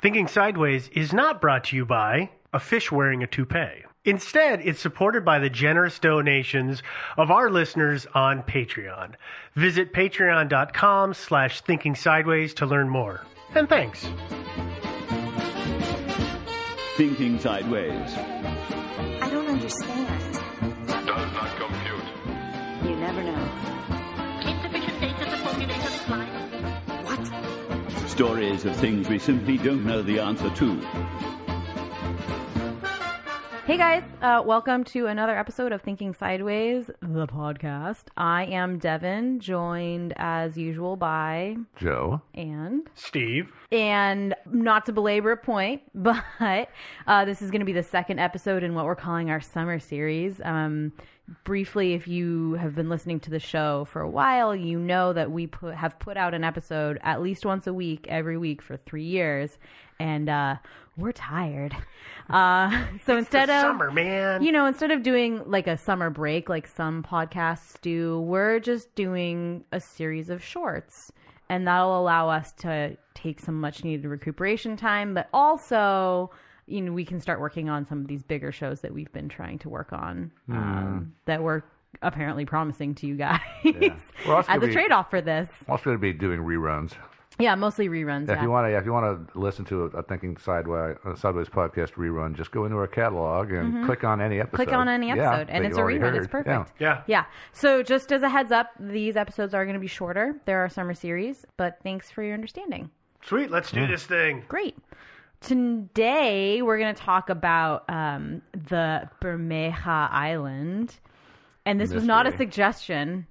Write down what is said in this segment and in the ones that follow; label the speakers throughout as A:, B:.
A: Thinking Sideways is not brought to you by a fish wearing a toupee. Instead, it's supported by the generous donations of our listeners on Patreon. Visit patreon.com slash thinking sideways to learn more. And thanks.
B: Thinking Sideways
C: I don't understand.
D: does not compute.
C: You never know.
B: Stories of things we simply don't know the answer to.
E: Hey guys, uh, welcome to another episode of Thinking Sideways, the podcast. I am Devin, joined as usual by
D: Joe.
E: and
A: Steve.
E: and not to belabor a point, but uh, this is going to be the second episode in what we're calling our summer series. Um, briefly, if you have been listening to the show for a while, you know that we put, have put out an episode at least once a week, every week for three years, and uh, we're tired. Uh, so instead
A: the
E: of
A: summer, man.
E: you know, instead of doing like a summer break like some podcasts do, we're just doing a series of shorts. And that'll allow us to take some much needed recuperation time, but also, you know, we can start working on some of these bigger shows that we've been trying to work on um, that we're apparently promising to you guys
D: We're also
E: as
D: gonna
E: a
D: be-
E: trade off for this.
D: I'm also going to be doing reruns.
E: Yeah, mostly reruns.
D: If
E: yeah.
D: you want to, if you want to listen to a, a Thinking Sideways, uh Sideways podcast rerun, just go into our catalog and click on any episode.
E: Mm-hmm. click on any
D: Yeah,
E: episode and
D: that
E: it's
D: you
E: a
D: already
E: rerun
D: heard.
E: it's perfect
A: Yeah. Yeah.
E: so just as a heads up these episodes are going to be shorter they're our summer series but thanks for your understanding
A: Sweet, let's do this thing.
E: great today we're going to talk about um, the bermeja island and this was not a
D: Mystery.
E: suggestion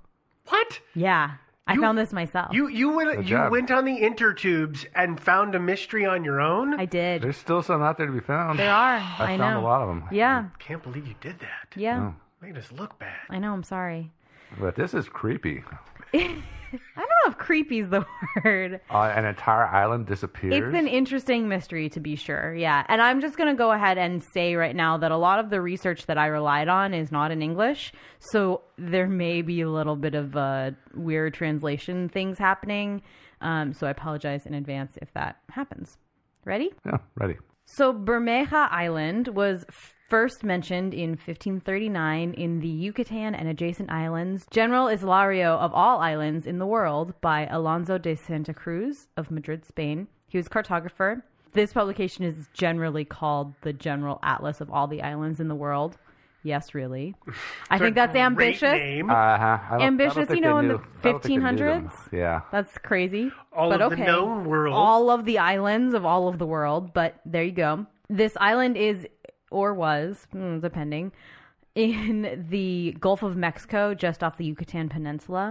A: What?
E: yeah i found this myself
A: You you went
D: Good
A: you
D: job.
A: went on the intertubes and found a mystery on your own?
E: i did
D: There's still some out there to be found.
E: there are
D: I
E: i,
D: found
E: know
D: a lot of them.
E: yeah
A: Can't believe you did that.
E: yeah
D: Oh.
A: Making us look bad.
E: i know i'm sorry
D: But this is creepy.
E: i don't know if creepy's the word
D: Uh, an entire island disappears.
E: It's an interesting mystery to be sure. Yeah. And I'm just going to go ahead and say right now that a lot of the research that I relied on is not in English. So there may be a little bit of uh, weird translation things happening. Um, so I apologize in advance if that happens. Ready?
D: yeah, ready.
E: So Bermeja Island was first mentioned in 1539 in the Yucatan and adjacent islands. General Islario of all islands in the world by Alonso de Santa Cruz of Madrid, Spain. He was a cartographer. This publication is generally called the General Atlas of all the islands in the world. Yes, really. I think that's ambitious.
D: Uh-huh. I don't- I
E: Ambitious,
D: don't think
E: you know,
D: they
E: in
D: knew-
E: the
D: I don't think they knew them.
E: 1500s?
D: Yeah.
E: That's crazy.
A: All
E: but
A: of the
E: okay.
A: known world.
E: All of the islands of all of the world, but there you go. This island is, or was, hmm, depending, in the Gulf of Mexico, just off the Yucatan Peninsula.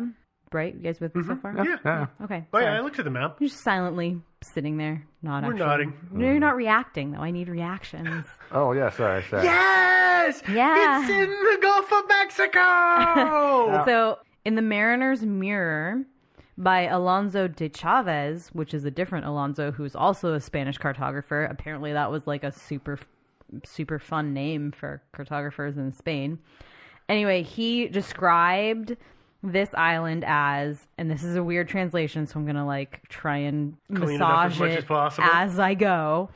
E: Right? You guys with me so
D: Mm-hmm.
E: far?
A: Yeah.
E: Okay.
A: But
E: sorry.
A: yeah, I looked at the map.
E: You're just silently sitting there, not
A: We're
E: actually.
A: nodding.
E: No, you're not reacting though. I need reactions.
D: Oh yeah, sorry, sorry.
A: Yes!
E: Yeah.
A: It's in the Gulf of Mexico!
E: So, in The Mariner's Mirror by Alonso de Chavez, which is a different Alonso who's also a Spanish cartographer, apparently that was like a super, super fun name for cartographers in Spain. Anyway, he described this island as, and this is a weird translation, so I'm going to like try and
A: Clean it up as
E: massage
A: much as possible.
E: as I go.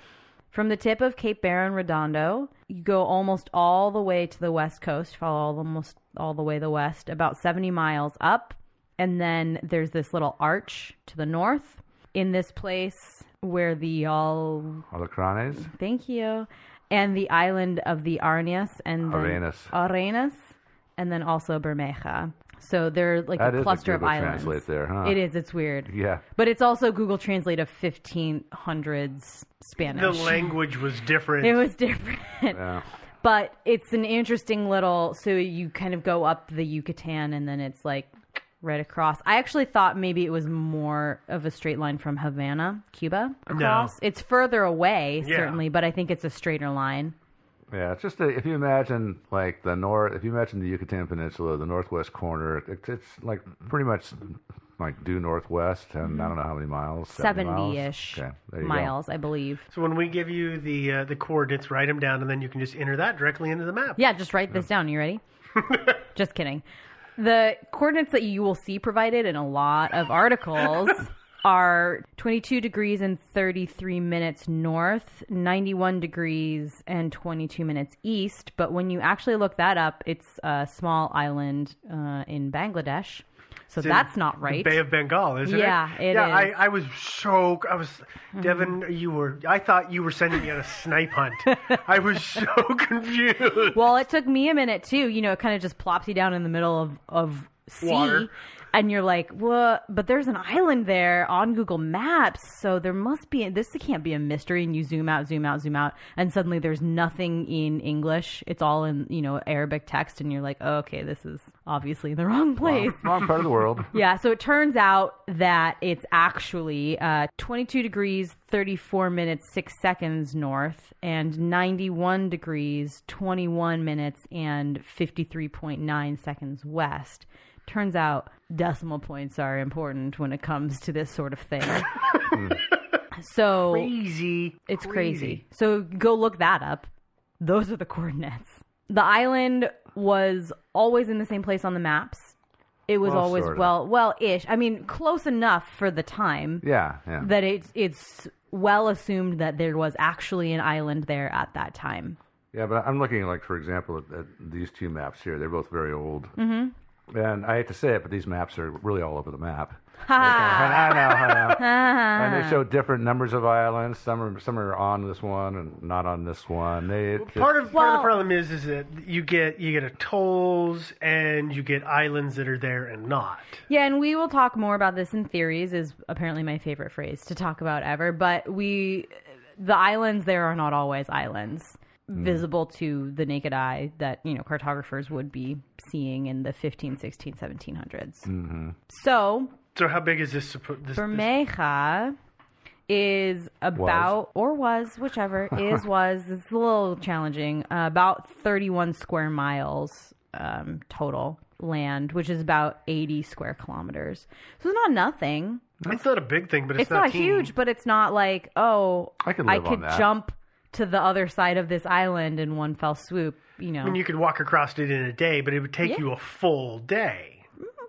E: From the tip of Cape Barren Redondo, you go almost all the way to the west coast, follow almost all the way the west, about 70 miles up, and then there's this little arch to the north. In this place where the all
D: Alacranes?
E: thank you, and the island of the Arnias and then-
D: Arenas.
E: Arenas, and then also Bermeja. So they're like
D: That
E: a
D: is a
E: cluster of
D: Google
E: islands.
D: Translate there, huh?
E: It is. It's weird.
D: Yeah.
E: But it's also Google Translate of 1500s Spanish.
A: The language was different.
E: It was different.
D: Yeah.
E: But it's an interesting little. So you kind of go up the Yucatan and then it's like right across. I actually thought maybe it was more of a straight line from Havana, Cuba, across. It's further away,
D: Yeah.
E: certainly, but I think it's a straighter line.
D: Yeah, it's just a, if you imagine like the north, if you imagine the Yucatan Peninsula, the northwest corner, it, it's like pretty much like due northwest, and I don't know how many miles, 70 Oh, miles?
E: 70-ish
D: Okay, there you go.
E: miles, I believe.
A: So when we give you the uh, the coordinates, write them down, and then you can just enter that directly into the map.
E: Yeah, just write this down. You ready? just kidding. The coordinates that you will see provided in a lot of articles are 22 degrees and 33 minutes north, 91 degrees and 22 minutes east. But when you actually look that up, it's a small island uh, in Bangladesh. So
A: It's in
E: that's not
A: the
E: right.
A: Bay of Bengal, isn't
E: Yeah,
A: it?
E: it
A: yeah,
E: is. Mm-hmm.
A: I, I was so I was Devin. You were. I thought you were sending me on a snipe hunt. I was so confused.
E: Well, it took me a minute too. You know, it kind of just plops you down in the middle of of sea,
A: Water.
E: and you're like, "Well, but there's an island there on Google Maps, so there must be this. Can't be a mystery." And you zoom out, zoom out, zoom out, and suddenly there's nothing in English. It's all in you know Arabic text, and you're like, oh, "Okay, this is obviously the wrong place."
D: Wrong part of the world.
E: Yeah, so it turns out that it's actually uh, 22 degrees, 34 minutes, 6 seconds north, and 91 degrees, 21 minutes, and 53.9 seconds west. Turns out decimal points are important when it comes to this sort of thing. so
A: Crazy.
E: it's crazy. So go look that up. Those are the coordinates. The island was always in the same place on the maps. It was
D: Well,
E: always
D: sorta.
E: well, well ish. I mean, close enough for the time
D: Yeah, yeah.
E: that it's it's well assumed that there was actually an island there at that time.
D: Yeah, but I'm looking like, for example, at, at these two maps here. They're both very old. Mm-hmm. And I hate to say it, but these maps are really all over the map.
E: Ha!
D: And I know, I know. and they show different numbers of islands. Some are some are on this one and not on this one. They it just-
A: Part of part of
E: Well-
A: the problem is is that you get you get a tolls and you get islands that are there and not.
E: Yeah, and we will talk more about this in theories is apparently my favorite phrase to talk about ever, but we the islands there are not always islands visible to the naked eye that, you know, cartographers would be seeing in the 15, 16, 1700s. Mm-hmm. So,
A: So how big is this? suppo- this, this
E: Bermeja is about or was whichever is was it's a little challenging uh, about 31 square miles um, total land which is about 80 square kilometers so it's not nothing
A: it's not a big thing, but it's,
E: it's, not,
A: teeny.
E: huge but it's not like oh
D: I could
E: I
D: live on
E: could
D: that.
E: jump to the other side of this island in one fell swoop you know
A: I mean, you could walk across it in a day, but it would take
E: Yeah.
A: you a full day.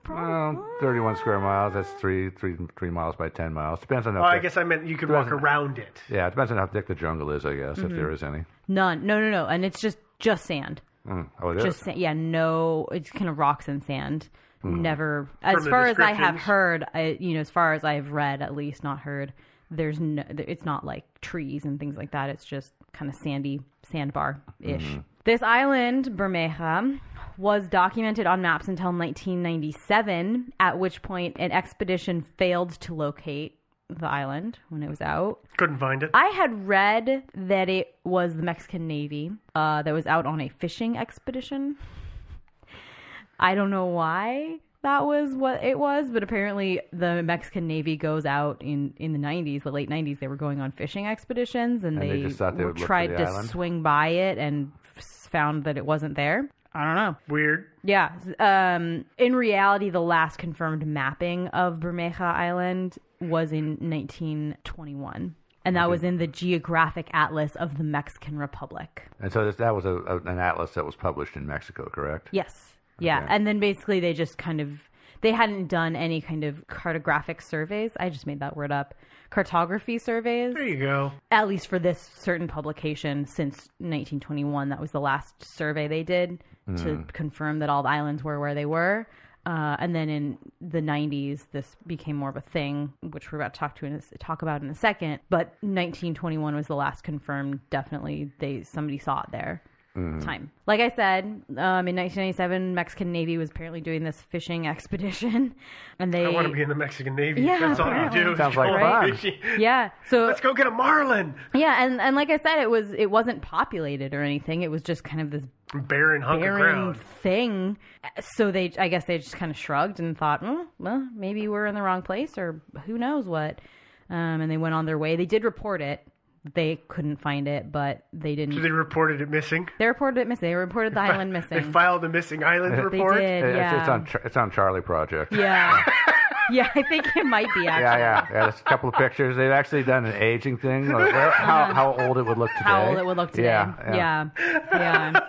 D: well, 31 square miles. That's three three three miles by 10 miles. Depends on how.
A: Oh, I
D: thick-
A: guess I meant you could
D: Well,
A: walk around it.
D: Yeah, it depends on how thick the jungle is. I guess if there is any.
E: none no no no and it's just just sand
D: Mm. Oh, it is.
E: just sand, yeah, no, it's kind of rocks and sand.
D: Mm.
E: Never, as
A: the
E: far as I have
A: descriptions.
E: heard, I, you know, as far as I have read, at least not heard, there's no, it's not like trees and things like that. It's just kind of sandy sandbar ish.
D: Mm-hmm.
E: This island, Bermeja, was documented on maps until 1997, at which point an expedition failed to locate the island when it was out.
A: Couldn't find it.
E: I had read that it was the Mexican Navy uh, that was out on a fishing expedition. I don't know why that was what it was, but apparently the Mexican Navy goes out in, in the 90s, the late 90s. They were going on fishing expeditions and,
D: And they just thought they
E: were-
D: would look for
E: tried
D: the
E: to
D: island?
E: swing by it and f- found that it wasn't there. I don't know.
A: Weird.
E: Yeah. Um, in reality, the last confirmed mapping of Bermeja Island was in 1921. And that was in the Geographic Atlas of the Mexican Republic.
D: And so this, that was a, a, an atlas that was published in Mexico, correct?
E: Yes. Yeah. And then basically they just kind of they hadn't done any kind of cartographic surveys. I just made that word up. Cartography surveys. There
A: you go.
E: At least for this certain publication since 1921, that was the last survey they did to
D: Mm.
E: confirm that all the islands were where they were. Uh, and then in the 90s, this became more of a thing, which we're about to talk to in a, s- talk about in a second. But 1921 was the last confirmed. Definitely, they somebody saw it there time. Like I said, um, in 1997, Mexican Navy was apparently doing this fishing expedition, and they
A: I want to be in the Mexican Navy.
E: Yeah,
A: That's all you
E: apparently.
A: do. is
E: Sounds
A: go
E: like
A: on
E: fun.
A: fishing.
E: yeah. So
A: let's go get a marlin.
E: yeah, and and like I said, it was it wasn't populated or anything. It was just kind of this
A: Barren hunk of
E: barren
A: ground.
E: thing. So they, I guess, they just kind of shrugged and thought, "Mm, well, maybe we're in the wrong place, or who knows what. Um, and they went on their way. They did report it. They couldn't find it, but they didn't.
A: So they reported it missing.
E: they reported it missing. They reported the island missing.
A: They filed a missing island
E: They
A: report.
E: did,
D: It- it's, it's
E: yeah.
D: on Char- it's on Charlie Project.
E: Yeah. yeah, I think it might be actually.
D: Yeah, yeah, yeah. There's a couple of pictures. They've actually done an aging thing. Like where, how, how old it would look today.
E: How old it would look today.
D: Yeah, yeah.
E: Yeah.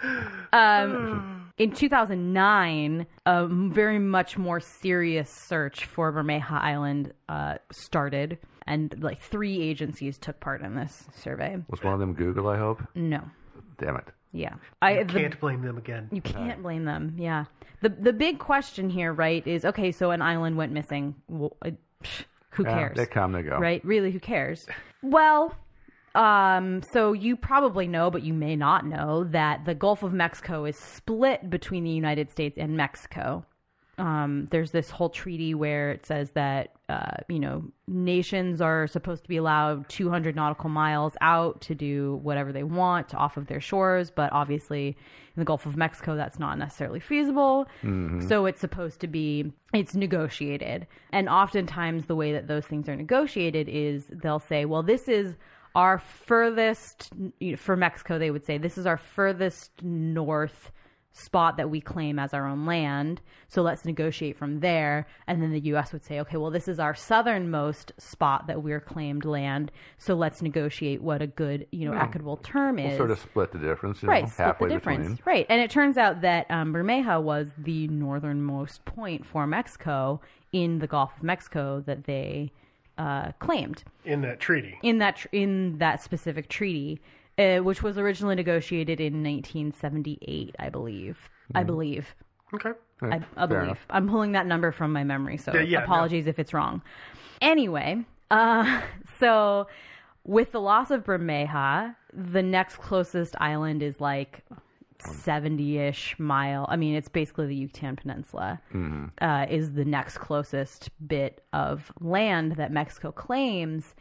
E: Yeah. um, in 2009, a very much more serious search for Bermeja Island uh, started, and like three agencies took part in this survey.
D: Was one of them Google? I hope.
E: No.
D: Damn it.
E: Yeah. I
A: You
E: the-
A: can't blame them again.
E: You can't blame them. Yeah. The the big question here, right, is okay, so an island went missing. Well, uh, psh, Who
D: Yeah,
E: cares?
D: they come, they go.
E: Right? Really, who cares? Well, um, so you probably know, but you may not know, that the Gulf of Mexico is split between the United States and Mexico. Um, there's this whole treaty where it says that uh, you know nations are supposed to be allowed 200 nautical miles out to do whatever they want off of their shores, but obviously in the Gulf of Mexico that's not necessarily feasible.
F: Mhm.
E: So it's supposed to be it's negotiated, and oftentimes the way that those things are negotiated is they'll say, well, this is our furthest you know, for Mexico. They would say this is our furthest north spot that we claim as our own land. So let's negotiate from there. And then the US would say, okay, well, this is our southernmost spot that we're claimed land. So let's negotiate what a good, you know,
D: Hmm.
E: equitable term
D: We'll
E: is.
D: sort of split the difference. You
E: right,
D: Know,
E: split the
D: halfway
E: difference.
D: Between.
E: Right. And it turns out that um, Bermeja was the northernmost point for Mexico in the Gulf of Mexico that they uh, claimed
A: In that treaty.
E: in that tr- in that specific treaty, uh, which was originally negotiated in 1978, I believe. I
A: Mhm.
E: believe.
A: Okay.
E: I, I believe.
A: enough.
E: I'm pulling that number from my memory, so
A: Yeah, yeah, no.
E: apologies if it's wrong. Anyway, uh, so with the loss of Bermeja, the next closest island is like 70-ish mile. I mean, it's basically the Yucatan Peninsula
F: Mm-hmm.
E: uh, is the next closest bit of land that Mexico claims,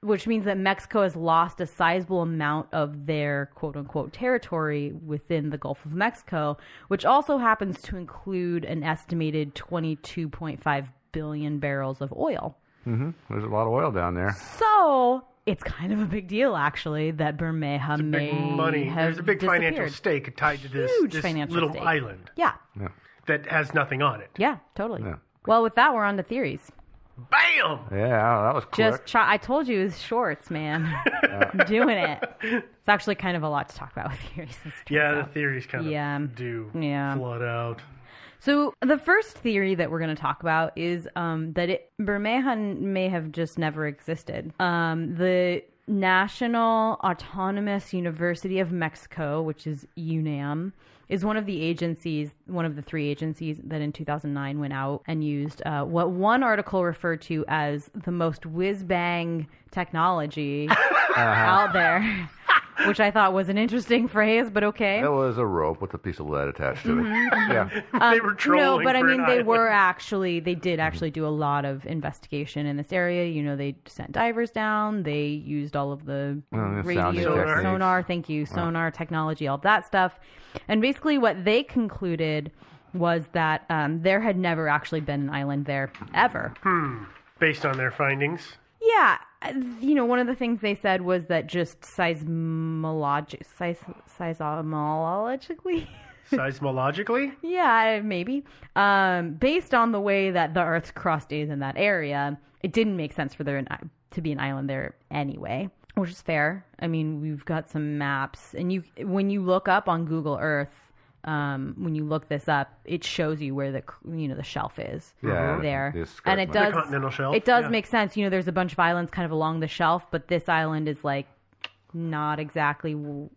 E: which means that Mexico has lost a sizable amount of their quote unquote territory within the Gulf of Mexico, which also happens to include an estimated 22.5 billion barrels of oil.
D: hmm There's a lot of oil down there.
E: So. It's kind of a big deal, actually, that Bermeja may
A: Big money.
E: have
A: There's a big financial
E: disappeared.
A: stake tied to this,
E: Huge
A: this
E: financial
A: little
E: stake.
A: island
E: Yeah,
A: that has nothing on it.
E: yeah, totally. Well, with that, we're on to theories.
A: Bam!
D: Yeah, that was quick.
E: Just try. I told you it was shorts, man. I'm doing it. It's actually kind of a lot to talk about with your
A: Yeah, the theories kind of
E: Yeah.
A: do
E: Yeah.
A: flood out.
E: So the first theory that we're going to talk about is um, that it, Bermejan may have just never existed. Um, the National Autonomous University of Mexico, which is UNAM, is one of the agencies, one of the three agencies that in 2009 went out and used uh, what one article referred to as the most whiz bang technology out there, which I thought was an interesting phrase, but okay.
D: It was a rope with a piece of lead attached to it. Yeah.
E: they were
A: trolling
E: Um, No, but I
A: for
E: mean,
A: an
E: they
A: island.
E: were actually, they did actually do a lot of investigation in this area. You know, they sent divers down, they used all of the
D: Mm, the sounding
E: radio,
D: techniques.
E: sonar, thank you, sonar technology, all that stuff. And basically, what they concluded was that um, there had never actually been an island there ever.
A: Hmm. Based on their findings.
E: Yeah, uh, you know, one of the things they said was that just seismologi- seis- seismologically.
A: Seismologically?
E: Yeah, maybe. Um, based on the way that the Earth's crust is in that area, it didn't make sense for there an, i- to be an island there anyway, which is fair. I mean, we've got some maps, and you when you look up on Google Earth, um, when you look this up, it shows you where the cr- you know the shelf is
D: Yeah, Mhm.
E: there,
D: the
E: and
D: escarpment.
E: it
D: The
E: does
A: continental shelf,
E: It does
A: yeah.
E: make sense. You know, there's a bunch of islands kind of along the shelf, but this island is like not exactly w-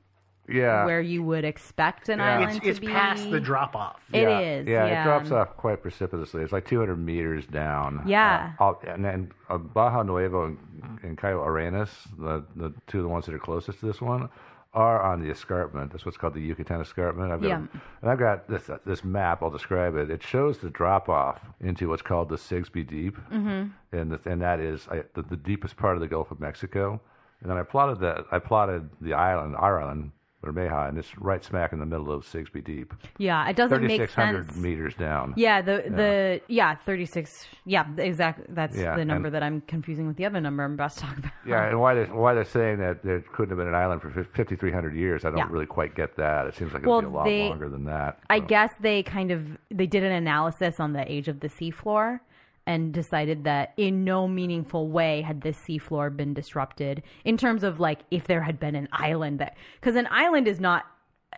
D: Yeah.
E: where you would expect an
D: Yeah.
E: island
D: It's-
E: to
A: it's
E: be.
A: past the drop off.
E: It
D: yeah,
E: is,
D: Yeah,
E: yeah.
D: it drops off quite precipitously. It's like 200 meters down.
E: Yeah.
D: Uh, all- and then uh, Baja Nuevo and, and Cayo Arenas, the, the two of the ones that are closest to this one, are on the escarpment. That's what's called the Yucatan Escarpment. I've got,
E: Yeah.
D: And I've got this uh, this map. I'll describe it. It shows the drop off into what's called the Sigsbee Deep,
E: Mhm.
D: and the, and that is I, the, the deepest part of the Gulf of Mexico. And then I plotted that. I plotted the island, our island, Bermeja, and it's right smack in the middle of Sigsbee Deep.
E: Yeah, it doesn't make
D: 3,600
E: sense.
D: meters down.
E: Yeah, the the yeah, 36. Yeah, exactly. That's
D: Yeah,
E: the number
D: and-
E: that I'm confusing with the other number I'm about to talk about.
D: Yeah, and why they're, why they're saying that there couldn't have been an island for fif- 5,300 years, I don't
E: Yeah.
D: really quite get that. It seems like it
E: Well,
D: would be a lot
E: they-
D: longer than that.
E: I guess they kind of they did an analysis on the age of the seafloor and decided that in no meaningful way had this seafloor been disrupted in terms of like if there had been an island that cuz an island is not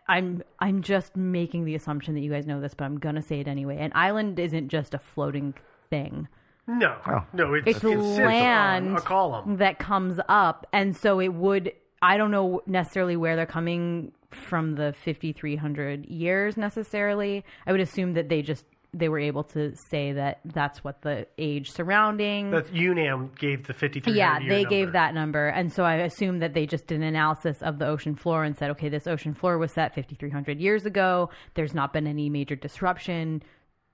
E: I'm I'm just making the assumption that you guys know this but I'm going to say it anyway. An island isn't just a floating thing.
A: No.
D: Oh.
A: No, it's,
E: It's
A: it sits on
E: land
A: a column.
E: that comes up and so it would i don't know necessarily where they're coming from the 5300 years necessarily i would assume that they just they were able to say that that's what the age surrounding
A: That UNAM gave the 53
E: yeah
A: year
E: they
A: number.
E: gave that number and so i assume that they just did an analysis of the ocean floor and said okay this ocean floor was set 5300 years ago there's not been any major disruption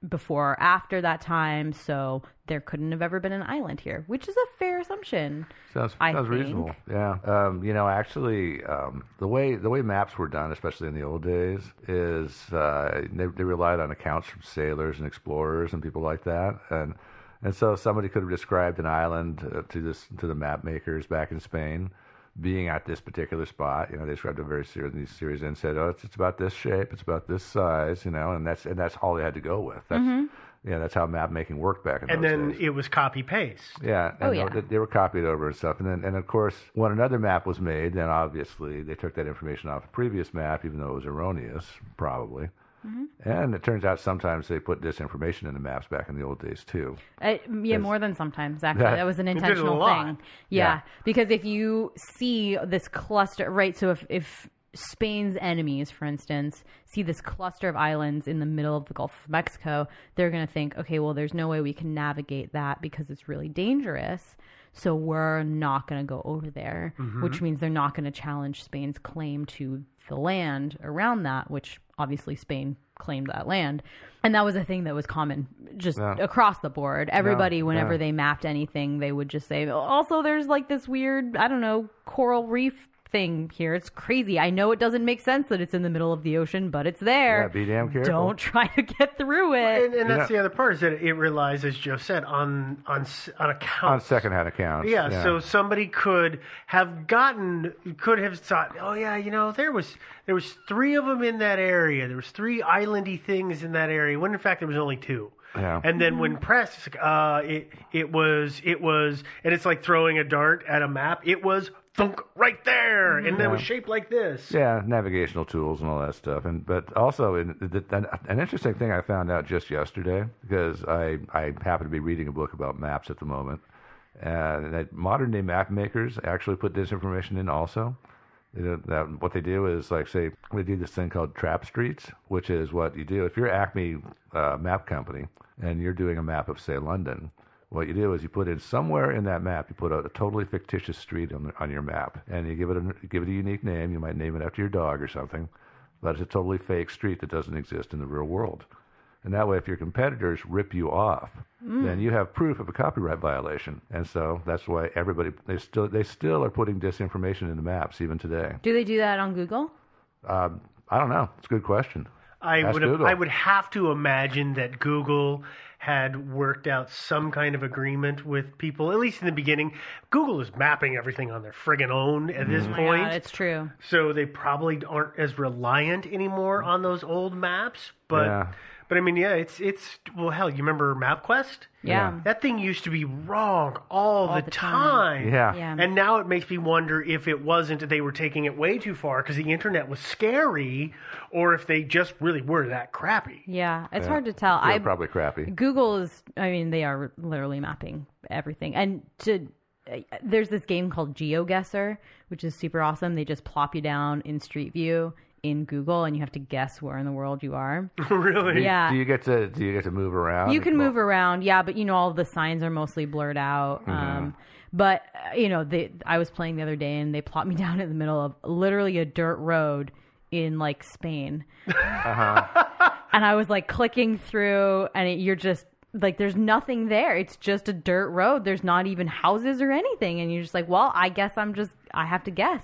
E: before or after that time so there couldn't have ever been an island here which is a fair assumption
D: Sounds,
E: I
D: sounds
E: think.
D: reasonable. Yeah. Um, you know, actually, um, the way the way maps were done, especially in the old days, is uh, they, they relied on accounts from sailors and explorers and people like that, and and so somebody could have described an island uh, to this to the map makers back in Spain being at this particular spot. You know, they described a very series, series and said, "Oh, it's, it's about this shape, it's about this size," you know, and that's and that's all they had to go with. That's, Yeah, that's how map making worked back in
A: And
D: those
A: then
D: days.
A: it was copy paste.
D: Yeah,
E: Oh,
D: and
E: yeah.
D: They, they were copied over and stuff. And then, and of course, when another map was made, then obviously they took that information off the previous map, even though it was erroneous, probably.
E: Mm-hmm.
D: And it turns out sometimes they put disinformation in the maps back in the old days too.
E: Uh, yeah,
D: Is-
E: more than sometimes. Actually,
D: Yeah.
E: that was an
D: It did it a
E: intentional
D: lot.
E: thing. Yeah.
D: Yeah.
E: because if you see this cluster, right? So if if Spain's enemies, for instance, see this cluster of islands in the middle of the Gulf of Mexico, they're going to think, okay, well, there's no way we can navigate that because it's really dangerous. So we're not going to go over there,
D: Mm-hmm.
E: which means they're not going to challenge Spain's claim to the land around that, which obviously Spain claimed that land. And that was a thing that was common just
F: Yeah.
E: across the board. Everybody,
F: yeah.
E: whenever they mapped anything, they would just say, also, there's like this weird, I don't know, coral reef thing here. It's crazy. I know it doesn't make sense that it's in the middle of the ocean, but it's there.
D: Yeah, be damn careful.
E: Don't try to get through it.
A: And, and that's the other part is that it relies, as Joe said, on on s- on
D: On
A: accounts.
D: secondhand accounts.
A: Yeah, so somebody could have gotten, could have thought, oh yeah, you know, there was there was three of them in that area. There was three islandy things in that area. When in fact there was only two.
D: Yeah.
A: And then when pressed, uh, it it was it was, and it's like throwing a dart at a map. It was thunk right there, and then it was
D: Yeah.
A: shaped like this.
D: Yeah, navigational tools and all that stuff. And but also, in, th- an, an interesting thing I found out just yesterday because I I happen to be reading a book about maps at the moment, and that modern day map makers actually put this information in also. You know, that Um, what they do is like say they do this thing called trap streets, which is what you do if you're Acme uh, Map Company and you're doing a map of say London. What you do is you put in somewhere in that map, you put a, a totally fictitious street on, the, on your map, and you give it a give it a unique name. You might name it after your dog or something, but it's a totally fake street that doesn't exist in the real world. And that way, if your competitors rip you off,
F: Mm.
D: then you have proof of a copyright violation. And so that's why everybody they still they still are putting disinformation into maps even today.
E: Do they do that on Google?
D: Um, I don't know. It's a good question.
A: I
D: Ask
A: would
D: Google.
A: I would have to imagine that Google had worked out some kind of agreement with people, at least in the beginning. Google is mapping everything on their friggin' own at this
E: Oh my God,
A: point.
E: it's true.
A: so they probably aren't as reliant anymore on those old maps. But
D: Yeah.
A: but I mean, yeah, it's it's well, hell, you remember MapQuest?
D: Yeah. Yeah.
A: that thing used to be wrong all, the, time.
D: Yeah. Yeah.
A: and now it makes me wonder if it wasn't that they were taking it way too far because the internet was scary, or if they just really were that crappy.
E: Yeah, it's
A: Yeah.
E: hard to tell.
A: They're
E: I
D: probably crappy.
E: Google is. I mean, they are literally mapping everything. And to uh, there's this game called GeoGuessr, which is super awesome. They just plop you down in Street View in Google, and you have to guess where in the world you are.
D: Do you-
E: Yeah.
D: Do you get to do you get to move around?
E: You can move around, yeah, but you know all the signs are mostly blurred out. Um, but uh, you know, they, I was playing the other day and they plopped me down in the middle of literally a dirt road in like Spain,
D: Uh-huh.
E: and I was like clicking through, and it, you're just like, there's nothing there. It's just a dirt road. There's not even houses or anything, and you're just like, well, I guess I'm just I have to guess.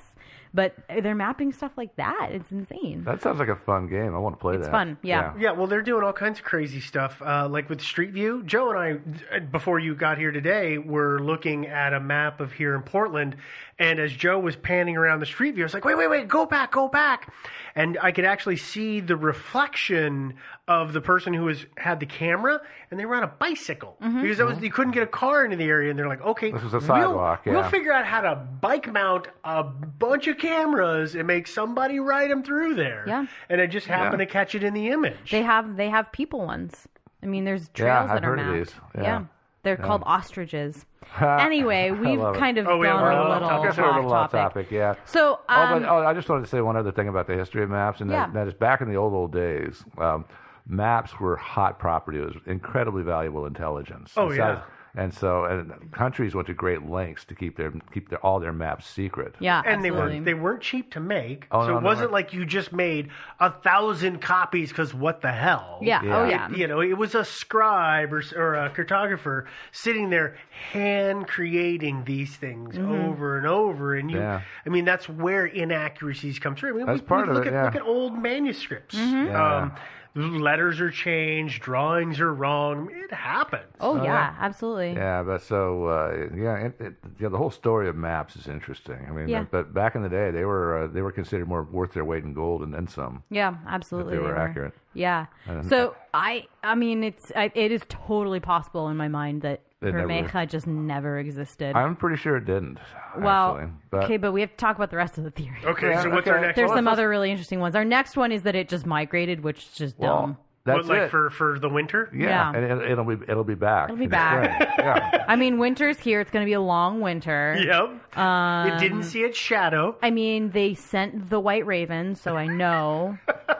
E: But they're mapping stuff like that. It's insane.
D: That sounds like a fun game. I want to play
E: It's
D: that.
E: fun, yeah.
A: Yeah, well, they're doing all kinds of crazy stuff, uh, like with Street View. Joe and I, uh, before you got here today, were looking at a map of here in Portland, and as Joe was panning around the Street View, I was like, "Wait, wait, wait, go back, go back!" And I could actually see the reflection of the person who was had the camera, and they were on a bicycle because that was you couldn't get a car into the area, and they're like, "Okay,
D: Mm-hmm. This was a
A: we'll-
D: sidewalk,
A: We'll,
D: yeah.
A: figure out how to bike mount a bunch of cameras and make somebody ride them through there."
E: Yeah.
A: and I just happened
D: Yeah.
A: to catch it in the image.
E: They have they have people ones. I mean, there's
A: Yeah,
E: trails
A: I've
E: that are
A: heard of
E: mapped.
A: these. Yeah.
E: they're
D: Yeah.
E: called ostriches. anyway, we've
D: love it.
E: kind of
D: Oh,
E: gone
D: We're
E: a
D: off-
E: little
D: I guess we're a
E: off
D: little
E: topic.
D: off topic. Yeah.
E: So,
D: oh,
E: um,
D: but, oh, I just wanted to say one other thing about the history of maps, and
E: Yeah.
D: that, that is back in the old old days, um, maps were hot property. It was incredibly valuable intelligence.
A: Oh,
D: And so-
A: yeah.
D: and so, and countries went to great lengths to keep their keep their all their maps secret.
A: and they were they weren't cheap to make,
D: Oh,
A: so
D: no,
A: it
D: they
A: wasn't
D: weren't.
A: like you just made a thousand copies because what the hell?
E: Yeah, oh, Yeah. yeah.
A: It- you know, it was a scribe or, s- or a cartographer sitting there hand creating these things
E: Mm-hmm.
D: Mhm.
A: over and over, and you,
D: Yeah.
A: I mean, that's where inaccuracies come through. I mean,
D: That's
A: we,
D: part
A: we
D: of
A: look
D: it,
A: at
D: yeah.
A: look at old manuscripts.
E: Mm-hmm.
D: Mhm. Yeah.
A: Um, letters are changed, drawings are wrong. It happens.
E: Oh,
D: Oh,
E: yeah,
D: yeah.
E: absolutely.
D: Yeah, but so uh, yeah, it, it, yeah, the whole story of maps is interesting. I mean,
E: Yeah.
D: but back in the day, they were uh, they were considered more worth their weight in gold and then some.
E: Yeah, absolutely.
D: were accurate.
E: Yeah.
D: And-
E: So I, I mean, it's I, it is totally possible in my mind that
D: It never-
E: Bermeja just never existed.
D: I'm pretty sure it didn't.
E: well,
D: actually, but-
E: okay, but we have to talk about the rest of the theory.
A: Okay, Yeah, so what's our okay. next
E: There's
A: one?
E: some other really interesting ones. Our next one is that it just migrated, which is just
D: Well,
E: dumb.
D: that's
A: But like
D: it.
A: for for the winter,
D: yeah, and it, it'll be it'll be back.
E: It'll be
D: in the spring.
E: back. I mean, winter's here. It's going to be a long winter.
A: Yep.
E: Um,
A: it didn't see its shadow.
E: I mean, they sent the White Raven, so I know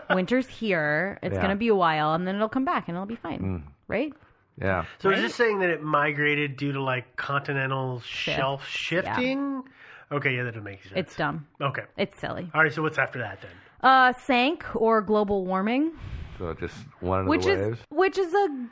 E: winter's here. It's
A: Yeah.
E: going to be a while, and then it'll come back, and it'll be fine,
D: Mm.
E: right?
D: Yeah.
A: So is this saying that it migrated due to like continental shelf shifting? Okay, yeah, that'll make sense.
E: It's dumb.
A: okay.
E: It's silly.
A: All right, so what's after that then?
E: Uh, sank or global warming,
D: So just one of
E: which
D: the
E: is
D: waves.
E: which is a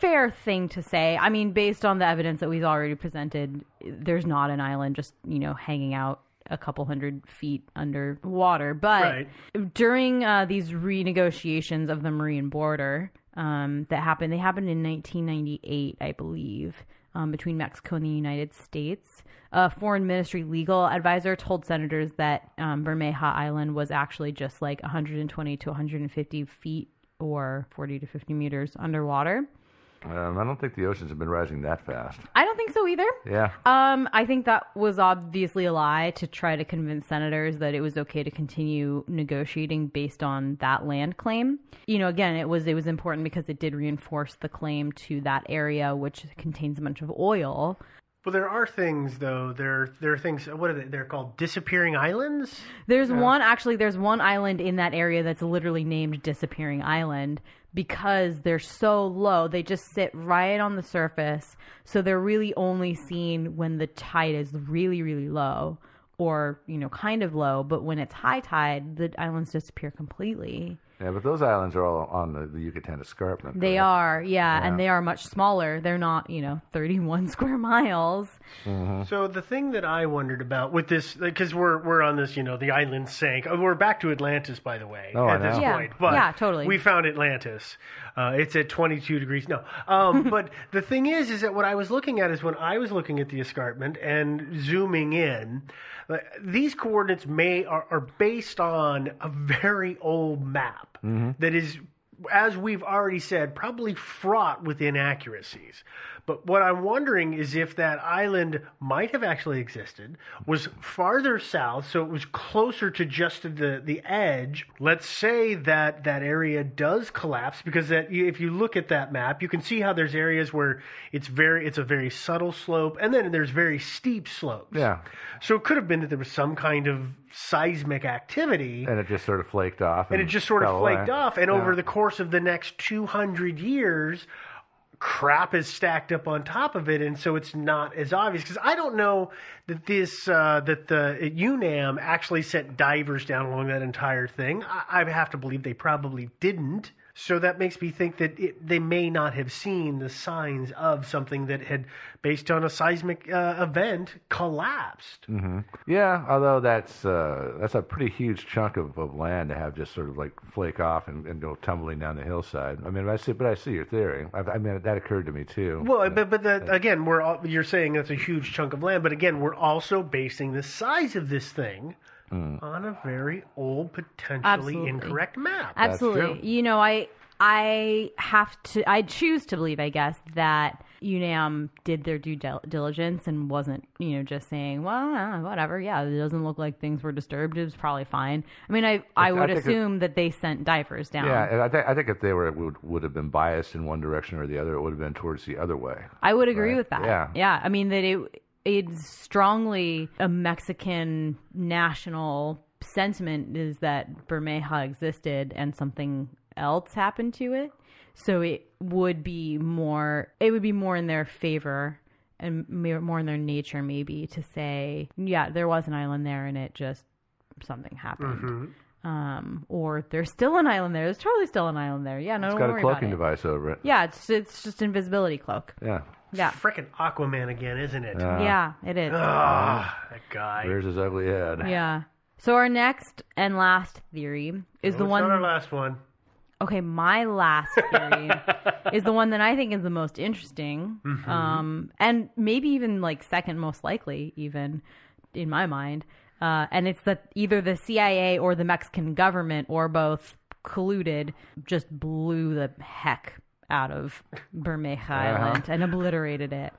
E: fair thing to say. I mean, based on the evidence that we've already presented, there's not an island just you know hanging out a couple hundred feet under water. But during uh, these renegotiations of the marine border um, that happened, they happened in 1998, I believe, um, between Mexico and the United States. A foreign ministry legal advisor told senators that um, Bermeja Island was actually just like 120 to 150 feet or 40 to 50 meters underwater.
D: Um, I don't think the oceans have been rising that fast.
E: I don't think so either.
D: Yeah.
E: Um, I think that was obviously a lie to try to convince senators that it was okay to continue negotiating based on that land claim. You know, again, it was it was important because it did reinforce the claim to that area, which contains a bunch of oil.
A: Well, there are things though. There there are things. What are they? They're called disappearing islands.
E: There's one actually. There's one island in that area that's literally named Disappearing Island because they're so low. They just sit right on the surface, so they're really only seen when the tide is really really low, or you know kind of low. But when it's high tide, the islands disappear completely.
D: Yeah, but those islands are all on the, the Yucatan Escarpment.
E: They
D: correct?
E: are, yeah,
D: Yeah.
E: and they are much smaller. They're not, you know, 31 square miles.
D: Uh-huh.
A: So the thing that I wondered about with this, because we're we're on this, you know, the island sank. Oh, We're back to Atlantis, by the way,
D: Oh, I
A: at this
D: know.
E: Yeah.
A: point. But
E: Yeah, totally.
A: We found Atlantis. Uh, it's at 22 degrees. No, um, but the thing is, is that what I was looking at is when I was looking at the escarpment and zooming in, uh, these coordinates may are, are based on a very old map
D: Mm-hmm.
A: that is as we've already said, probably fraught with inaccuracies. But what I'm wondering is if that island might have actually existed, was farther south, so it was closer to just the, the edge. Let's say that that area does collapse because that if you look at that map, you can see how there's areas where it's very it's a very subtle slope, and then there's very steep slopes.
D: Yeah.
A: So it could have been that there was some kind of seismic activity
D: And it just sort of flaked off.
A: and it just sort
D: fell
A: of flaked
D: away.
A: off. And
D: Yeah.
A: over the course of the next 200 years, crap is stacked up on top of it, and so it's not as obvious. Because I don't know that this uh, that the UNAM actually sent divers down along that entire thing. I, I have to believe they probably didn't. So that makes me think that it, they may not have seen the signs of something that had, based on a seismic uh, event, collapsed.
D: Mm-hmm. Yeah, although that's uh, that's a pretty huge chunk of, of land to have just sort of like flake off and, and go tumbling down the hillside. I mean, I see, but I see your theory. I, I mean, that occurred to me too.
A: Well, but but the, again, we're all, you're saying that's a huge chunk of land, but again, we're also basing the size of this thing
D: Mm.
A: on a very old, potentially
E: Absolutely.
A: incorrect map.
E: Absolutely. You know, I I have to I choose to believe, I guess, that UNAM did their due dil- diligence and wasn't, you know, just saying, well, uh, whatever, yeah, it doesn't look like things were disturbed. It was probably fine. I mean, I I
D: I
E: would
D: think it-
E: assume that they sent divers down.
D: yeah, and I, th- I think if they were would would have been biased in one direction or the other, it would have been towards the other way.
E: I would agree
D: Right.
E: with that.
D: Yeah.
E: Yeah. I mean that it it's strongly a Mexican national sentiment is that Bermeja existed and something else happened to it. So it would be more it would be more in their favor and ma- more in their nature maybe to say, yeah, there was an island there and it just something happened.
D: Mm-hmm.
E: Um, or there's still an island there. There's totally still an island there. Yeah, no,
D: it's
E: don't
D: got a
E: worry about
D: cloaking
E: it.
D: device over it.
E: Yeah, it's it's just invisibility cloak.
D: Yeah,
E: Yeah.
A: Frickin' Aquaman again, isn't it?
E: Yeah, it is.
A: Ah, that guy.
D: there's his ugly head.
E: yeah. So our next and last theory is
A: No,
E: the
A: it's
E: one.
A: Not our last one.
E: Okay, my last theory is the one that I think is the most interesting, um, and maybe even like second most likely, even in my mind. Uh, and it's that either the CIA or the Mexican government or both colluded just blew the heck out of Bermeja Island and obliterated it.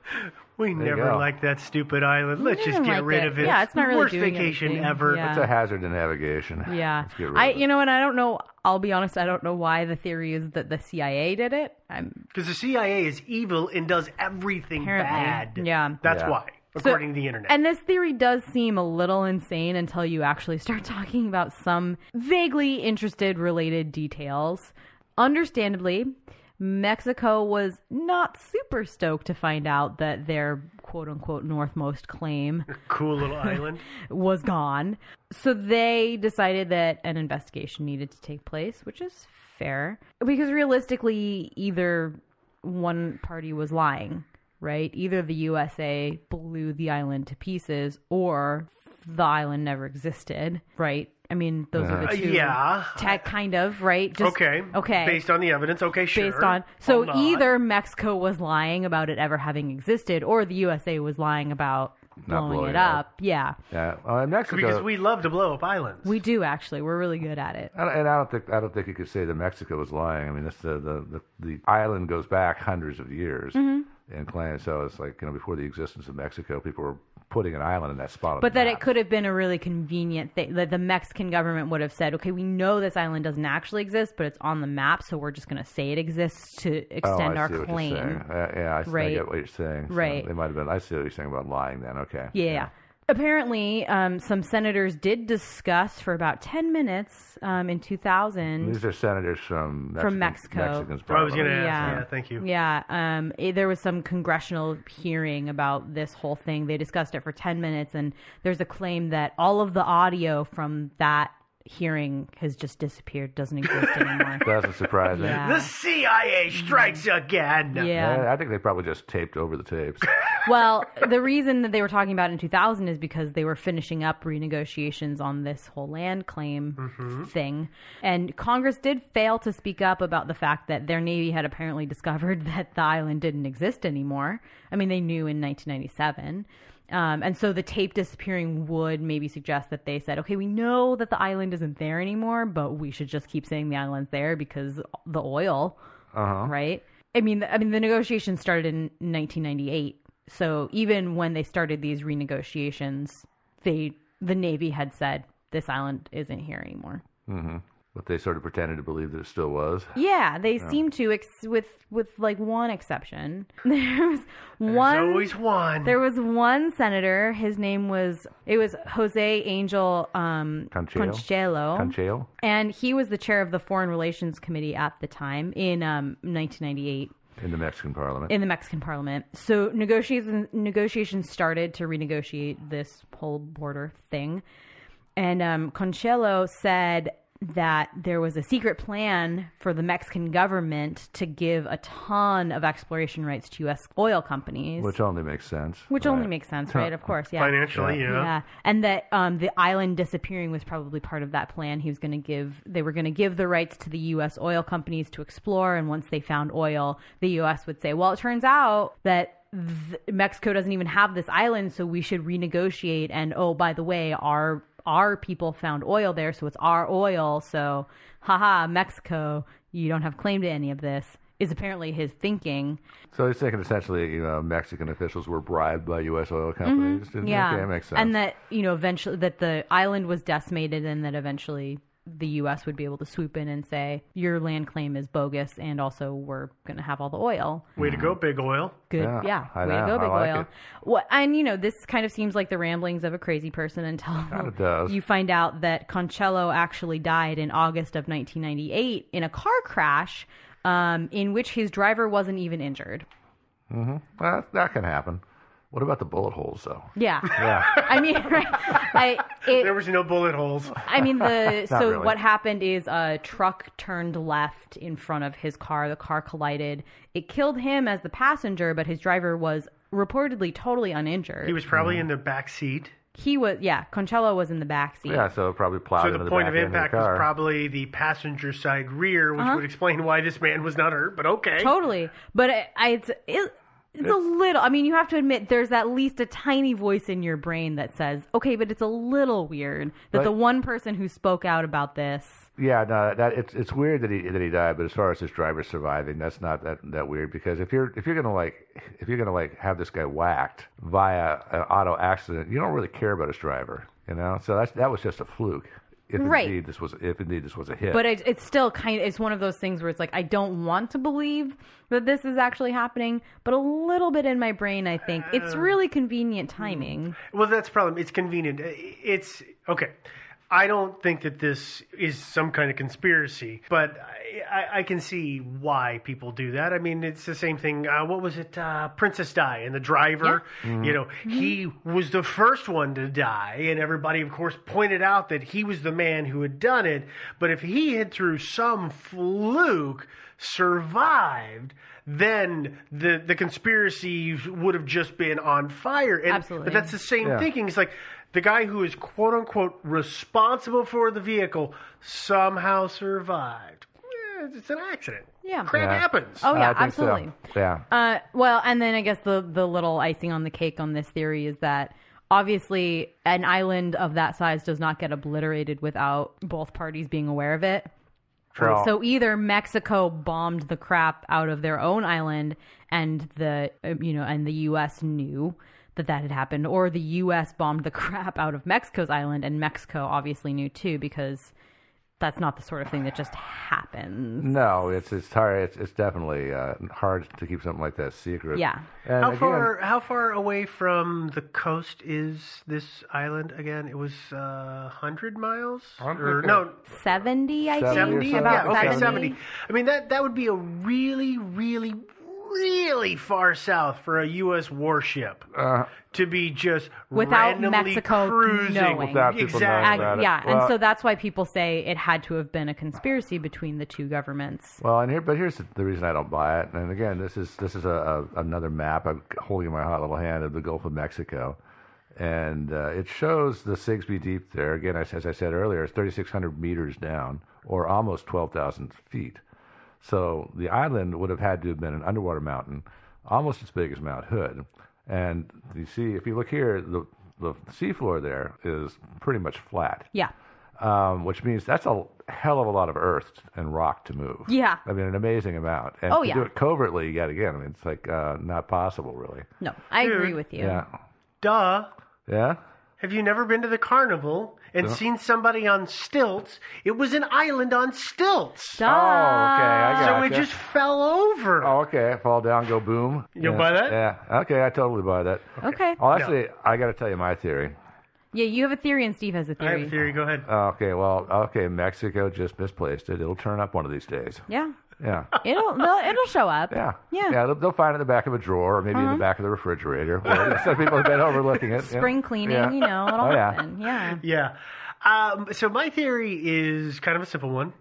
A: We
D: you
A: never
D: go.
A: liked that stupid island. Let's just
E: didn't
A: get
E: like
A: rid
E: it.
A: of it.
E: Yeah, it's not really
A: worst
E: doing
A: vacation
E: anything.
A: ever.
E: Yeah.
D: It's a hazard to navigation.
E: Yeah.
D: Let's get rid
E: I
D: of it.
E: you know and I don't know I'll be honest, I don't know why the theory is that the CIA did it. I'm
A: Because the CIA is evil and does everything
E: Apparently.
A: bad.
E: Yeah.
A: that's
D: Yeah.
A: why,
E: So-
A: according to the internet.
E: And this theory does seem a little insane until you actually start talking about some vaguely interested related details. Understandably, Mexico was not super stoked to find out that their quote unquote northmost claim
A: cool little island.
E: was gone. So they decided that an investigation needed to take place, which is fair. Because realistically, either one party was lying, right? Either the USA blew the island to pieces or the island never existed, right? I mean, those are the two.
A: Uh, yeah.
E: Tech, kind of, right? Just-
A: okay.
E: Okay
A: Based on the evidence. Okay. Sure.
E: based on so
A: Hold on.
E: either Mexico was lying about it ever having existed or the USA was lying about
D: Not
E: blowing,
D: blowing
E: it
D: it up.
E: up. Yeah.
D: Yeah, well, uh, in Mexico,
A: Because we love to blow up islands.
E: We do actually. We're really good at it.
D: and and I don't think I don't think you could say that Mexico was lying. I mean, that's the the, the, the island goes back hundreds of years,
E: Mhm.
D: and claims so it's like you know before the existence of Mexico, people were putting an island in that spot. on
E: But
D: the
E: that
D: map.
E: it could have been a really convenient thing that the Mexican government would have said, okay, we know this island doesn't actually exist, but it's on the map, so we're just going to say it exists to
D: Oh,
E: extend
D: I
E: our
D: see what you're
E: claim.
D: saying. Uh, yeah, I, see- I
E: Right.
D: get what you're saying. So
E: Right.
D: they might have been. I see what you're saying about lying. Then okay.
E: Yeah. Apparently, um, some senators did discuss for about 10 minutes um, in 2000
D: These are senators from Mexican,
E: from Mexico.
D: Mexicans,
A: I was going to
D: probably.
A: ask. Yeah. thank you.
E: Yeah, um, it- there was some congressional hearing about this whole thing. They discussed it for 10 minutes, and there's a claim that all of the audio from that hearing has just disappeared, doesn't exist anymore.
D: Doesn't surprise me.
E: Yeah.
A: The CIA strikes again.
E: Yeah.
D: I think they probably just taped over the tapes.
E: well, the reason that they were talking about it in 2000 is because they were finishing up renegotiations on this whole land claim thing. And Congress did fail to speak up about the fact that their Navy had apparently discovered that the island didn't exist anymore. I mean, they knew in 1997. Um, and so the tape disappearing would maybe suggest that they said, okay, we know that the island isn't there anymore, but we should just keep saying the island's there because the oil
D: Uh-huh.
E: right? I mean, I mean, the negotiations started in 1998, so even when they started these renegotiations, they the Navy had said this island isn't here anymore.
D: hmm But they sort of pretended to believe that it still was.
E: Yeah, they
D: Yeah.
E: seem to, ex- with with like one exception. There was one.
A: always one.
E: There was one senator. His name was it was Jose Angel um,
D: Conchelo?
E: Conchelo.
D: Conchale?
E: and he was the chair of the Foreign Relations Committee at the time in um, 1998.
D: in the Mexican Parliament.
E: in the Mexican Parliament. So negotiations negotiations started to renegotiate this whole border thing, and um, Conchelo said that there was a secret plan for the Mexican government to give a ton of exploration rights to U.S. oil companies.
D: which only makes sense.
E: Which only makes sense, right? Of course, yeah.
A: Financially, yeah.
E: and that um, the island disappearing was probably part of that plan. He was going to give they were going to give the rights to the U.S. oil companies to explore, and once they found oil, the U.S. would say, "Well, it turns out that." Th- Mexico doesn't even have this island, so we should renegotiate. And oh, by the way, our our people found oil there, so it's our oil. So, haha, Mexico, you don't have claim to any of this. Is apparently his thinking.
D: So he's thinking essentially, you know, Mexican officials were bribed by U.S. oil
E: mm-hmm.
D: companies. Didn't-
E: Yeah,
D: okay, that makes sense.
E: And that you know eventually that the island was decimated, and that eventually the U.S. would be able to swoop in and say your land claim is bogus, and also we're going to have all the oil.
D: Mm-hmm.
A: Way to go, big oil.
E: Good,
D: Yeah,
E: yeah,
D: I
E: way
D: know,
E: to go,
D: I
E: big
D: like
E: oil.
D: it.
E: What and you know this kind of seems like the ramblings of a crazy person until
D: Kinda does.
E: you find out that Conchelo actually died in August of 1998 in a car crash. Um, in which his driver wasn't even injured.
D: hmm that, that can happen. What about the bullet holes, though?
E: Yeah,
D: Yeah.
E: I mean, right? I, it,
A: There was no bullet holes.
E: I mean, the
D: Not
E: so
D: really.
E: what happened is a truck turned left in front of his car. The car collided. It killed him as the passenger, but his driver was reportedly totally uninjured.
A: He was
D: Mm-hmm.
A: probably in the back seat.
E: He was yeah. Conchelo was in the back seat.
D: yeah, so it probably plowed
A: So
D: into
A: the
D: the
A: point
D: back
A: of
D: end
A: impact
D: the car.
A: was probably the passenger side rear, which
E: Uh-huh.
A: would explain why this man was not hurt. But okay,
E: Totally, but I, I, it's it, it's a little. I mean, you have to admit there's at least a tiny voice in your brain that says, "Okay, but it's a little weird that
D: But-
E: the one person who spoke out about this."
D: Yeah, no, that it's it's weird that he that he died, but as far as his driver surviving, that's not that that weird because if you're if you're gonna like if you're gonna like have this guy whacked via an auto accident, you don't really care about his driver, you know. So that's that was just a fluke. If
E: Right.
D: indeed this was if indeed this was a hit,
E: But it, it's still kind of it's one of those things where it's like I don't want to believe that this is actually happening, but a little bit in my brain I think it's really convenient timing.
A: Well, that's the problem. It's convenient. It's okay. I don't think that this is some kind of conspiracy, but I, I, I can see why people do that. I mean, it's the same thing. Uh, what was it? Uh, Princess Di and the driver. You know, he was the first one to die, and everybody, of course, pointed out that he was the man who had done it. But if he had, through some fluke, survived, then the the conspiracy would have just been on fire. And,
E: Absolutely.
A: But that's the same
D: Yeah.
A: thinking. It's like the guy who is quote unquote responsible for the vehicle somehow survived. Eh, It's an accident.
E: Yeah.
A: Crap
D: Yeah.
A: happens.
E: Oh yeah,
D: Uh, I think so.
E: absolutely.
D: Yeah.
E: Uh, well, and then I guess the the little icing on the cake on this theory is that obviously an island of that size does not get obliterated without both parties being aware of it. Uh,
D: True.
E: So either Mexico bombed the crap out of their own island and the uh, you know and the US knew that that had happened or the US bombed the crap out of Mexico's island and Mexico obviously knew too because that's not the sort of thing that just happens.
D: No, it's it's hard. It's, it's definitely uh, hard to keep something like that secret.
E: Yeah.
D: And
A: how
D: again-
A: far how far away from the coast is this island again? It was uh, hundred miles.
E: I'm
A: Or,
E: thinking
A: no,
E: 70 I think
A: 70?
E: about
A: yeah, okay,
E: 70.
A: 70. I mean that that would be a really really really far south for a US warship
D: Uh,
A: to be just
E: without
A: randomly
E: Mexico
A: cruising
E: knowing.
A: exactly.
E: Ag- yeah, and so that's why people say it had to have been a conspiracy between the two governments.
D: Well, and here, but here's the, the reason I don't buy it. And again, this is this is a, a another map I'm holding in my hot little hand of the Gulf of Mexico, and uh, it shows the Sigsbee Deep there. Again, as, as I said earlier, it's 3,600 meters down, or almost 12,000 feet. So the island would have had to have been an underwater mountain, almost as big as Mount Hood. And you see, if you look here, the the seafloor there is pretty much flat
E: Yeah.
D: um, which means that's a hell of a lot of earth and rock to move.
E: Yeah.
D: I mean, an amazing amount. And
E: Oh,
D: to
E: yeah.
D: do it covertly, yet again, I mean, it's like uh, not possible, really.
E: No, I
A: Dude.
E: agree with you.
D: Yeah.
A: Duh.
D: Yeah?
A: Have you never been to the carnival and
D: No.
A: seen somebody on stilts? It was an island on stilts.
E: Duh. Oh, okay, I
A: So it
D: gotcha.
A: just fell over.
D: Oh, okay. Fall down, go boom.
A: You'll
D: yeah.
A: buy that?
D: Yeah. Okay, I totally buy that.
E: Okay.
D: Well, actually, I got to tell you my theory.
E: Yeah, you have a theory and Steve has a
A: I have a
E: theory.
A: theory. Go ahead.
D: Uh, Okay, well, okay, Mexico just misplaced it. It'll turn up one of these days.
E: Yeah.
D: Yeah.
E: It'll they'll- it'll show up.
D: Yeah.
E: Yeah.
D: they'll, they'll find it in the back of a drawer or maybe in the back of the refrigerator. Or some people have been overlooking it. yeah.
E: Spring cleaning,
D: Yeah.
E: you know, it'll
D: Oh, yeah.
E: happen. Yeah.
A: Yeah. Um, so my theory is kind of a simple one,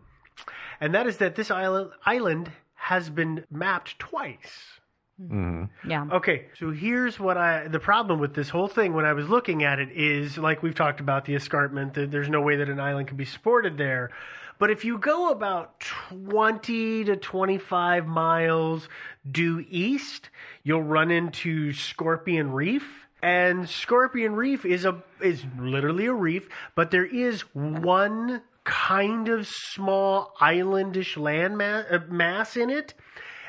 A: and that is that this island island has been mapped twice.
E: Yeah.
A: Okay, so here's what I the problem with this whole thing when I was looking at it is like we've talked about the escarpment that there's no way that an island can be supported there. But if you go about 20 to 25 miles due east, you'll run into Scorpion Reef. And Scorpion Reef is a is literally a reef, but there is one kind of small islandish land ma- uh, mass in it.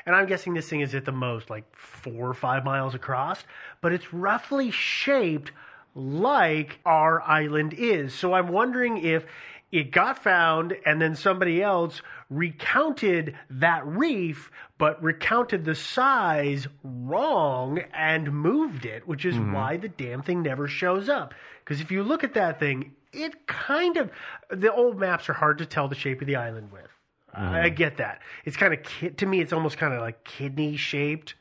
A: And I'm guessing this thing is at the most like four or five miles across, but it's roughly shaped like our island is. So I'm wondering if it got found and then somebody else recounted that reef, but recounted the size wrong and moved it, which is why the damn thing never shows up. Because if you look at that thing, it kind of, the old maps are hard to tell the shape of the island with. I I get that. It's kind of kid to me. It's almost kind of like kidney shaped,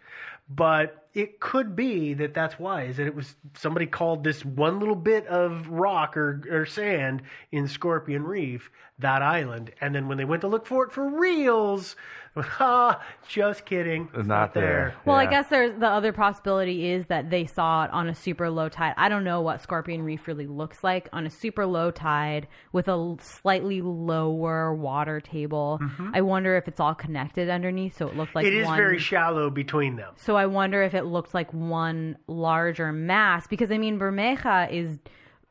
A: but it could be that that's why is that it was somebody called this one little bit of rock or, or sand in Scorpion Reef that island, and then when they went to look for it for reals, ah, just kidding, it's
D: not there.
E: Well, I
D: Yeah.
E: guess there's the other possibility is that they saw it on a super low tide. I don't know what Scorpion Reef really looks like on a super low tide with a l- slightly lower water table. I wonder if it's all connected underneath, so it looked like
A: Mm-hmm. it is
E: one.
A: very shallow between them.
E: so I wonder if it looked like one larger mass because I mean Bermeja is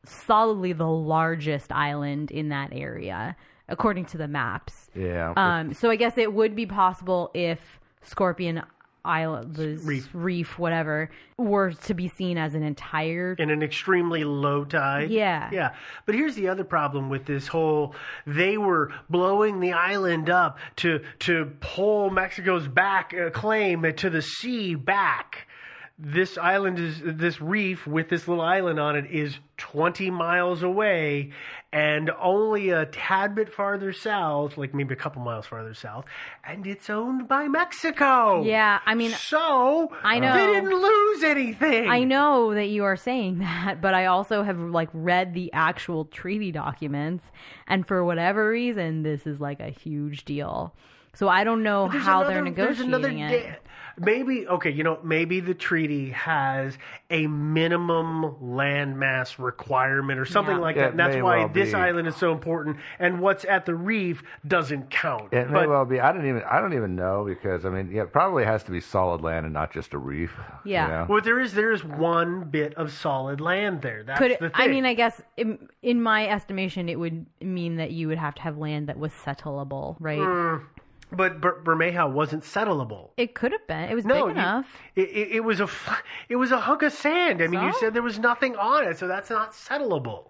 E: solidly the largest island in that area according to the maps.
D: Yeah.
E: Um, so I guess it would be possible if Scorpion Island, the reef. whatever, were to be seen as an entire.
A: in an extremely low tide.
E: Yeah.
A: Yeah. But here's the other problem with this whole they were blowing the island up to to pull Mexico's back uh, claim to the sea back. This island is this reef with this little island on it is 20 miles away and only a tad bit farther south, like maybe a couple miles farther south, and it's owned by Mexico.
E: Yeah, I mean,
A: so
E: I know.
A: they didn't lose anything.
E: I know that you are saying that, but I also have like read the actual treaty documents, and for whatever reason, this is like a huge deal. So I don't know
A: There's
E: how they're
A: another- there's
E: negotiating
A: another
E: it.
A: da- Maybe okay, you know, maybe the treaty has a minimum landmass requirement or something
D: Yeah.
A: like
D: Yeah,
A: that.
D: it
A: And that's
D: may
A: why
D: well
A: this
D: be.
A: island is so important, and what's at the reef doesn't count.
D: It may
A: but
D: well be. I don't even. I don't even know because I mean, yeah, it probably has to be solid land and not just a reef. you know?
A: well, there is there is one bit of solid land there. That's
E: Could it,
A: the thing.
E: I mean I guess in, in my estimation it would mean that you would have to have land that was settleable, right?
A: Mm, but Ber- Bermeja wasn't settleable.
E: It could have been. It was
A: No,
E: big
A: you-
E: enough.
A: It, it, it was a f- it was a hunk of sand. I mean, you
E: So?
A: said there was nothing on it, so that's not settleable.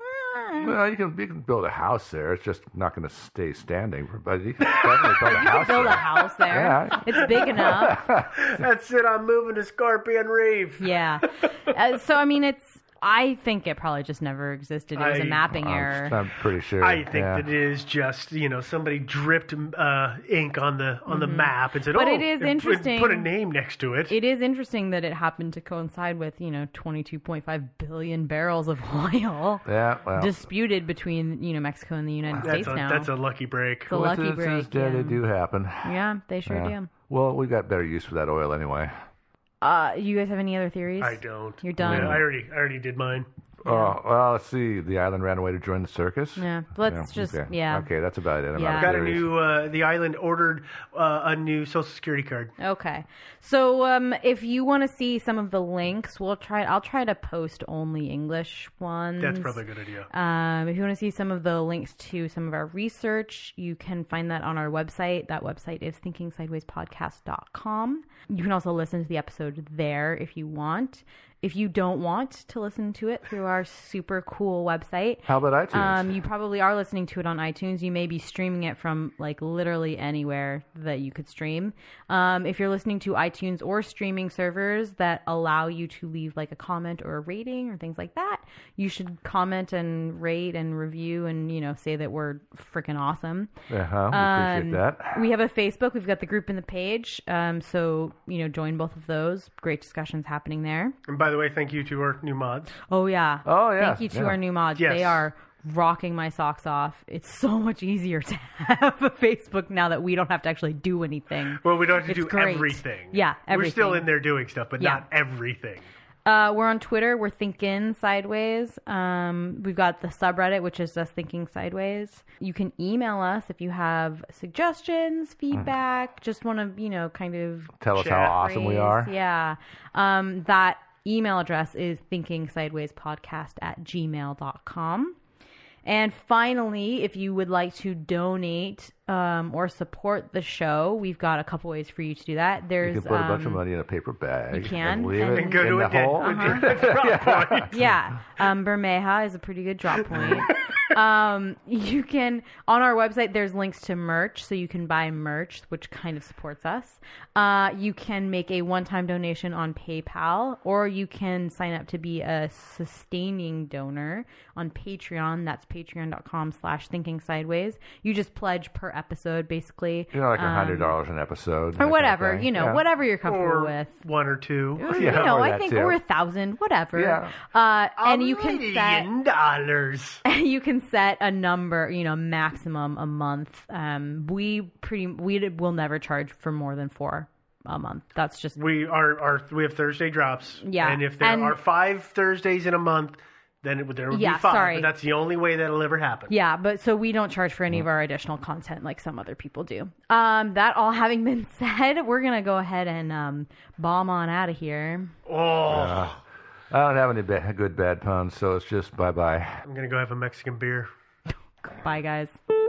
D: Well, you can you can build a house there. It's just not going to stay standing. for- But you can definitely build a house.
E: Build a
D: there.
E: house there.
D: Yeah.
E: It's big enough. Hmm.
A: That's it. I'm moving to Scorpion Reef.
E: Yeah. Uh, so I mean, it's. I think it probably just never existed. It was a
A: I-
E: mapping
D: I'm,
E: error.
D: I'm pretty sure.
A: I think
D: yeah.
A: that it is just you know somebody dripped uh, ink on the on the
E: Mhm.
A: map and said,
E: But
A: "Oh,
E: it is
A: and- and
E: interesting-
A: Put a name next to it.
E: It is interesting that it happened to coincide with you know 22.5 billion barrels of oil
D: Yeah, well.
E: disputed between you know Mexico and the United
A: that's
E: States
A: a
E: now.
A: that's a lucky break.
E: It's a lucky
D: Coincidences,
E: break,
D: Yeah, they
E: yeah.
D: do happen.
E: yeah, they sure
D: Yeah.
E: do.
D: Well, we got better use for that oil anyway.
E: Uh, you guys have any other theories?
A: I don't.
E: You're done.
A: I already I already did mine.
D: Oh well, let's see. The island ran away to join the circus.
E: Yeah, let's just-
D: okay.
E: yeah.
D: Okay, that's about it. I'm
E: Yeah.
D: out of
A: Got a
D: theories.
A: new. Uh, the island ordered uh, a new social security card.
E: Okay. So um, if you want to see some of the links, we'll try. I'll try to post only English ones.
A: That's probably a good idea.
E: Um, if you want to see some of the links to some of our research, you can find that on our website. That website is thinkingsidewayspodcast.com. You can also listen to the episode there if you want. If you don't want to listen to it through our super cool website,
D: How about iTunes?
E: um, you probably are listening to it on iTunes. You may be streaming it from like literally anywhere that you could stream. Um, if you're listening to iTunes or streaming servers that allow you to leave like a comment or a rating or things like that, you should comment and rate and review and you know say that we're freaking awesome.
D: Uh-huh, we appreciate
E: Um,
D: that.
E: We have a Facebook. We've got the group and the page. Um, so you know, join both of those. Great discussions happening there.
A: And by the way, thank you to our new mods.
E: Oh yeah.
D: Oh
E: Thank you to our new mods.
A: Yes.
E: They are rocking my socks off. It's so much easier to have a Facebook now that we don't have to actually do anything.
A: Well, we don't have to
E: It's
A: do
E: great.
A: everything.
E: Yeah,
A: We're still
E: everything.
A: in there doing stuff, but
E: Yeah.
A: not everything.
E: Uh, we're on Twitter. We're thinking sideways. Um, we've got the subreddit, which is just thinking sideways. You can email us if you have
A: Mm-hmm.
E: suggestions, feedback. Just want to, you know, kind of
D: Tell us how awesome we are.
E: Yeah. Um, that email address is thinkingsidewayspodcast at gmail.com. And finally, if you would like to donate um, or support the show, we've got a couple ways for you to do that.
D: You
E: There's
D: can put a bunch of
E: um,
D: money in a paper bag.
E: you can,
D: and leave
E: and-
D: it
E: And
A: go
D: in
A: to
D: the
A: a dead-
D: hole.
E: Uh-huh. yeah. Um, Bermeja is a pretty good drop point. um, you can, on our website, there's links to merch. So you can buy merch, which kind of supports us. Uh, you can make a one time donation on PayPal, or you can sign up to be a sustaining donor on Patreon. That's patreon.com slash thinking sideways. You just pledge per episode, basically.
D: You know, like a hundred
E: Um,
D: dollars an episode. that kind
E: Or
D: of
E: whatever,
D: thing.
E: you know,
D: Yeah.
E: whatever you're comfortable
A: Or
E: with.
A: one or two.
E: Or,
D: Yeah,
E: you know,
D: or
E: I
D: that
E: think
D: too.
E: or a thousand, whatever.
D: Yeah.
E: Uh,
A: A
E: and you can set
A: million dollars.
E: you can set a number, you know, maximum a month. Um, we pretty we d- will never charge for more than four a month. That's just
A: We are, are we have Thursday drops.
E: Yeah,
A: And if there
E: and-
A: are five Thursdays in a month, then it, would- there would
E: Yeah,
A: be five.
E: sorry.
A: But that's the only way that'll ever happen.
E: yeah, but so we don't charge for any
D: Mm.
E: of our additional content like some other people do. Um, that all having been said, we're gonna go ahead and um, bomb on out of here.
A: Oh,
D: I don't have any ba- good bad puns, so it's just bye bye.
A: I'm gonna go have a Mexican beer.
E: Bye, guys.